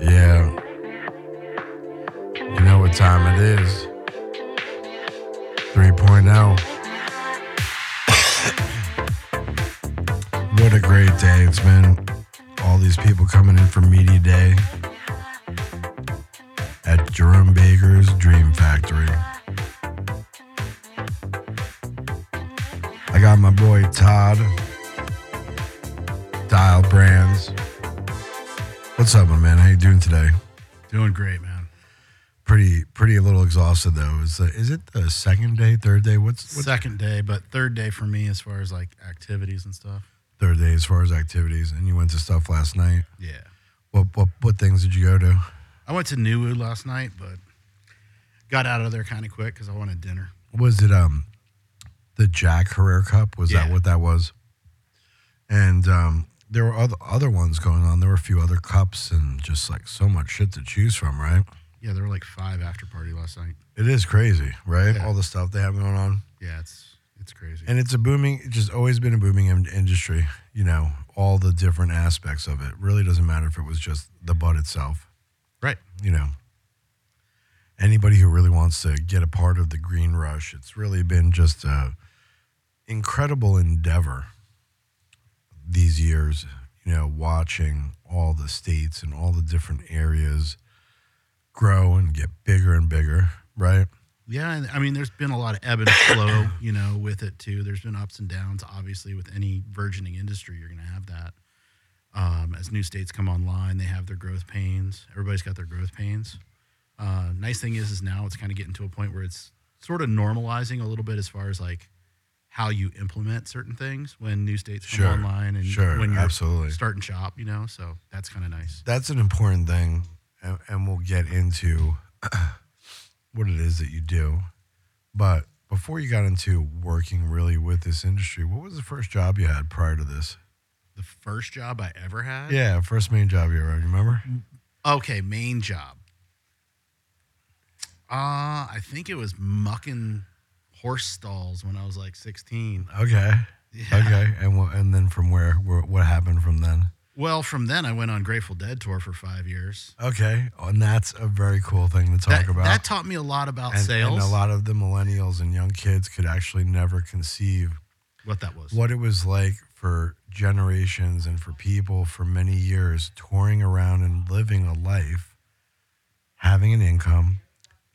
Yeah, you know what time it is. oh. 3.0. What a great day it's been. All these people coming in for Media Day at Jerome Baker's Dream Factory. I got my boy Todd, Dial Brands. What's up, my man? How you doing today? Doing great, man. Pretty, pretty a little exhausted though. Is the, is it the second day, third day? What's what's Second day, but third day for me as far as like activities and stuff. third day as far as activities? And you went to stuff last night. Yeah. What what what things did you go to? I went to Newwood last night, but got out of there kind of quick because I wanted dinner. was it um the Jack Herrera Cup? Was that Yeah. what that was? And um there were other other ones going on. There were a few other cups and just like so much shit to choose from, right? Yeah, there were like five after party last night. It is crazy, right? Yeah. All the stuff they have going on. Yeah, it's it's crazy. And it's a booming, it's just always been a booming in- industry, you know, all the different aspects of it. Really doesn't matter if it was just the bud itself. right. you know, anybody who really wants to get a part of the green rush, it's really been just a incredible endeavor these years, you know, watching all the states and all the different areas grow and get bigger and bigger, right? Yeah, and I mean, there's been a lot of ebb and flow, you know, with it too. There's been ups and downs. Obviously, with any burgeoning industry, you're going to have that. Um, as new states come online, they have their growth pains. Everybody's got their growth pains. Uh, nice thing is, is now it's kind of getting to a point where it's sort of normalizing a little bit as far as like how you implement certain things when new states come Sure, online and sure, when you're absolutely. starting shop, you know. So that's kind of nice. That's an important thing, and, and we'll get into what it is that you do. But before you got into working really with this industry, what was the first job you had prior to this? The first job I ever had. Yeah, first main job you ever had, remember? Okay, main job. Uh, I think it was mucking horse stalls when I was like 16. Okay. Yeah. Okay. And wha- and then from where, where what happened from then? Well, from then I went on Grateful Dead tour for five years. Okay. And that's a very cool thing to talk that, about. that taught me a lot about and, and sales. a lot of the millennials and young kids could actually never conceive what that was. what it was like for generations and for people for many years touring around and living a life, having an income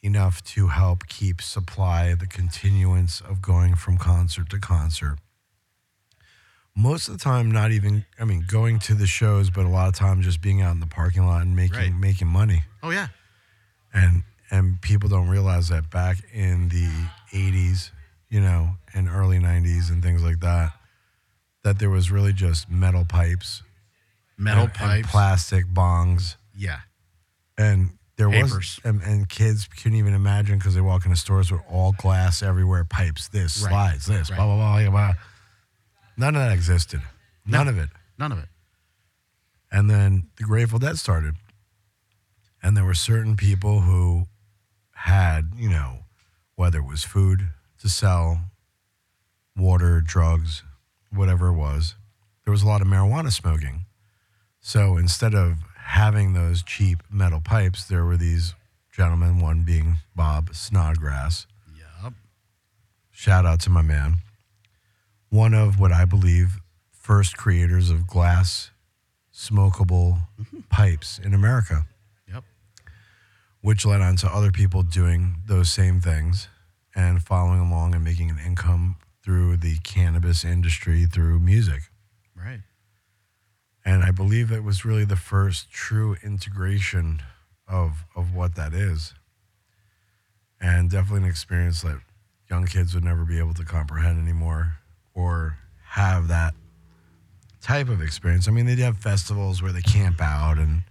enough to help keep supply the continuance of going from concert to concert. Most of the time, not even, I mean, going to the shows, but a lot of time just being out in the parking lot and making, Right. making money Oh yeah, and and people don't realize that back in the 80s you know and early 90s and things like that that there was really just metal pipes metal and, and pipes. plastic bongs yeah, and there was Papers. and, and kids couldn't even imagine because they walk into stores with all glass everywhere pipes this Right. slides this Right. blah blah blah blah blah none of that existed none No. of it none of it. and then the Grateful Dead started. And there were certain people who had, you know, whether it was food to sell, water, drugs, whatever it was, there was a lot of marijuana smoking. So instead of having those cheap metal pipes, there were these gentlemen, one being Bob Snodgrass, Yup. shout out to my man, one of what I believe first creators of glass smokable pipes in America, Yep. which led on to other people doing those same things and following along and making an income through the cannabis industry through music. Right. And I believe it was really the first true integration of of what that is. And definitely an experience that young kids would never be able to comprehend anymore or have that type of experience. I mean, they'd have festivals where they camp out and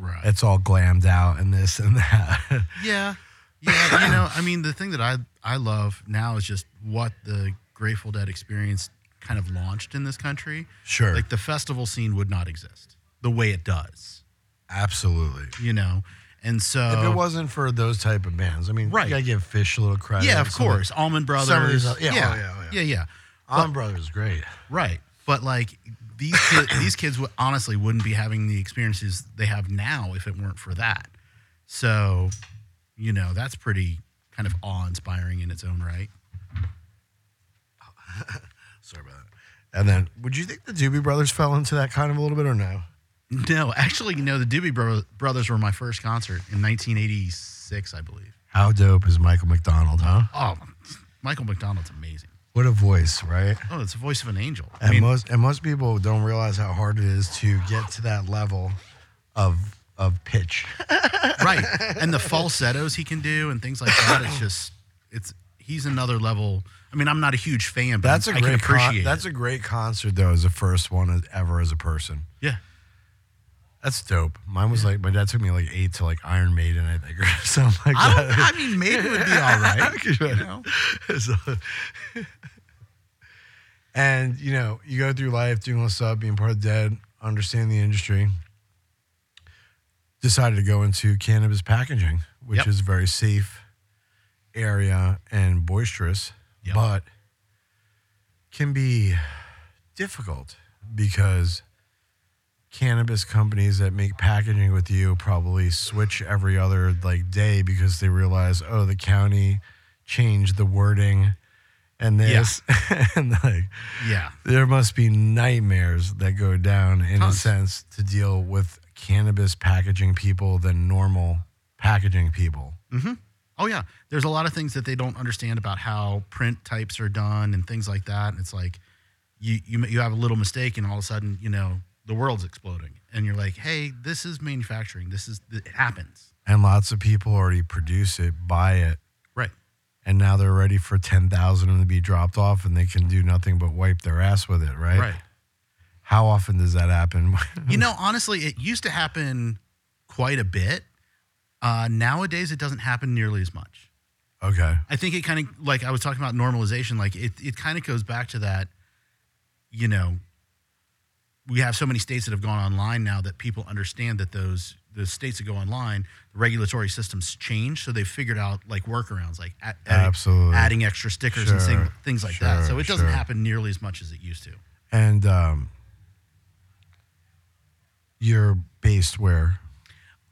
Right. it's all glammed out and this and that. Yeah. Yeah. You know, I mean, the thing that I, I love now is just what the Grateful Dead experience kind of launched in this country. Sure. Like the festival scene would not exist the way it does, Absolutely. you know? And so. If it wasn't for those type of bands, I mean, Uh, Right. you gotta give Fish a little credit. Yeah, of Some course. Almond some of Brothers. these- yeah, oh, yeah. yeah, oh, yeah. yeah. yeah. Almond Brothers, is great. Right. But like these ki- these kids would honestly wouldn't be having the experiences they have now if it weren't for that. So, you know, that's pretty kind of awe inspiring in its own right. Sorry about that. And then, would you think the Doobie Brothers fell into that kind of a little bit or no? No, actually, no. The Doobie Bro- Brothers were my first concert in 1986, I believe. How dope is Michael McDonald, huh? Oh, Michael McDonald's amazing. What a voice, right? Oh, it's the voice of an angel. I And mean, most and most people don't realize how hard it is to get to that level of of pitch. right. And the falsettos he can do and things like that. It's just, it's he's another level. I mean, I'm not a huge fan, but That's I a can great con- appreciate. it. that's a great concert though. As the first one as- ever as a person. yeah. That's dope. Mine was like my dad took me like eight to like Iron Maiden, I think, or something like I, that. don't, I mean, maybe it would be all right. You know? So- and you know, you go through life doing what's up, being part of the dead, understanding the industry. Decided to go into cannabis packaging, which Yep. is a very safe area and boisterous, Yep. but can be difficult because cannabis companies that make packaging with you probably switch every other like day because they realize oh the county changed the wording and Yeah. this and like Yeah. there must be nightmares that go down in Tons. a sense to deal with cannabis packaging people than normal packaging people Oh yeah, there's a lot of things that they don't understand about how print types are done and things like that. And it's like you you you have a little mistake, and all of a sudden, you know, the world's exploding, and you're like, hey, this is manufacturing. This is it happens. and lots of people already produce it buy it Right. and now they're ready for 10,000 of them to be dropped off and they can do nothing but wipe their ass with it right Right. how often does that happen You know, honestly, it used to happen quite a bit. Uh, nowadays, it doesn't happen nearly as much. okay I think it kind of like I was talking about normalization. Like it, it kind of goes back to that. You know, we have so many states that have gone online now that people understand that those those states that go online, the regulatory systems change. So they've figured out like workarounds, like a- adding, Absolutely. adding extra stickers and thing, Sure, things like that. So sure, it doesn't sure. happen nearly as much as it used to. and um, you're based where?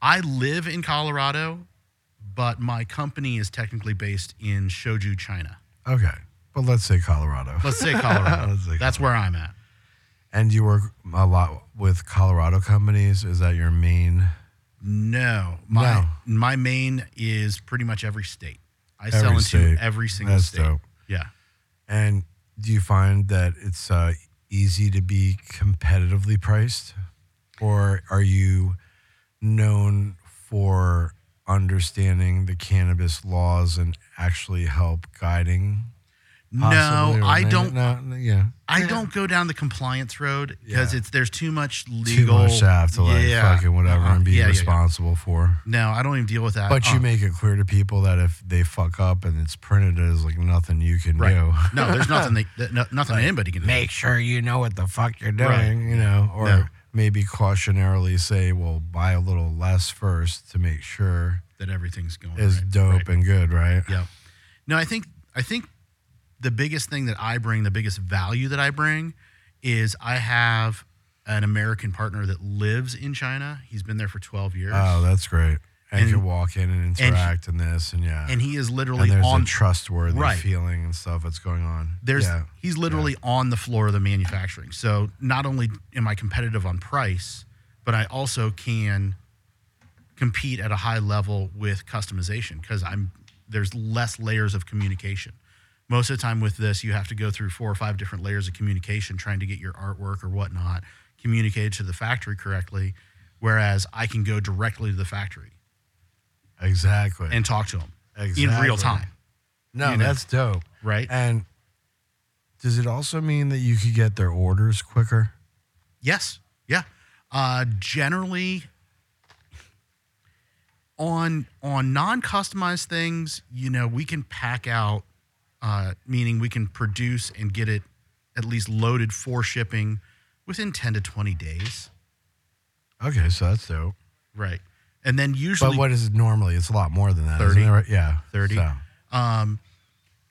I live in Colorado, but my company is technically based in Shoju, China. Okay, but let's say Colorado. Let's say Colorado. Let's say That's where I'm at. and you work a lot with Colorado companies. Is that your main? No, my No. my main is pretty much every state. I sell Every into state. every single That's state. dope. Yeah. And do you find that it's uh, easy to be competitively priced, or are you known for understanding the cannabis laws and actually help guiding? possibly, no, or I maybe- don't. No, yeah. I don't go down the compliance road because Yeah. it's there's too much too legal. much to have to like Yeah. fucking whatever Uh-uh. and be Yeah, yeah, yeah. responsible for. Uh-huh. No, I don't even deal with that. But you Uh, make it clear to people that if they fuck up and it's printed as like nothing you can right. do. no, there's nothing that, that no, nothing anybody can do. Make sure you know what the fuck you're doing, Right. you know, or No. maybe cautionarily say, well, buy a little less first to make sure that everything's going it's right, dope right. and good, right? Yeah. No, I think I think the biggest thing that I bring, the biggest value that I bring, is I have an American partner that lives in China. He's been there for 12 years, Oh, that's great. And, And- you walk in and she- interact and, this and yeah. and he is And literally there's on. a trustworthy Right. feeling and stuff that's going on. there's yeah. he's literally on the floor of the manufacturing. So not only am I competitive on price, but I also can compete at a high level with customization because I'm there's less layers of communication. Most of the time with this, you have to go through four or five different layers of communication trying to get your artwork or whatnot communicated to the factory correctly. Whereas I can go directly to the factory exactly. and talk to them in real Exactly. time. No, you know. that's dope. Right. And does it also mean that you could get their orders quicker? Yes. Yeah. Uh, generally, on on non customized things, you know, we can pack out, uh, meaning we can produce and get it at least loaded for shipping within ten to twenty days. Okay, so that's dope. Right. And then But usually what is it normally? It's a lot more than that. 30. isn't it? Right? Yeah. 30. So, Um,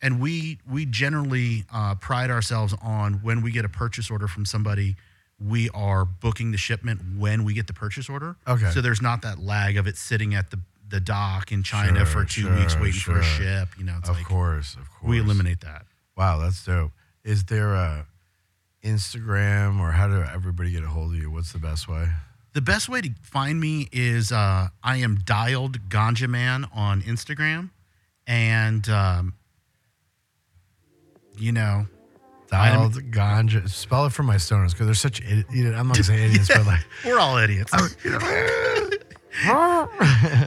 and we we generally uh, pride ourselves on when we get a purchase order from somebody we are booking the shipment when we get the purchase order Okay. so there's not that lag of it sitting at the the dock in china Sure, for two sure, weeks waiting for sure. a ship you know it's Of like course, of course. we eliminate that Wow, that's dope. Is there a Instagram or how do everybody get a hold of you? What's the best way? the best way to find me is uh, i am dialed ganja man on instagram and um, you know Dialed ganja. Spell it for my stoners because they're such idi- you know, I'm not gonna say idiots, but like we're all idiots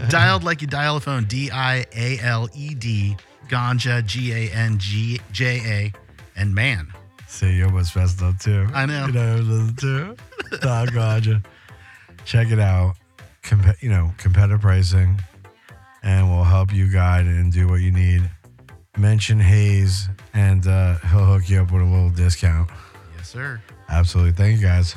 dialed like you dial a phone. D I A L E D ganja G A N G J A and man. See, you almost messed up too. I know. You know, listen to Don Ganja. Check it out. Compe- you know, competitive pricing, and we'll help you guide and do what you need. Mention Hayes, and uh, he'll hook you up with a little discount. Yes, sir. Absolutely. Thank you, guys.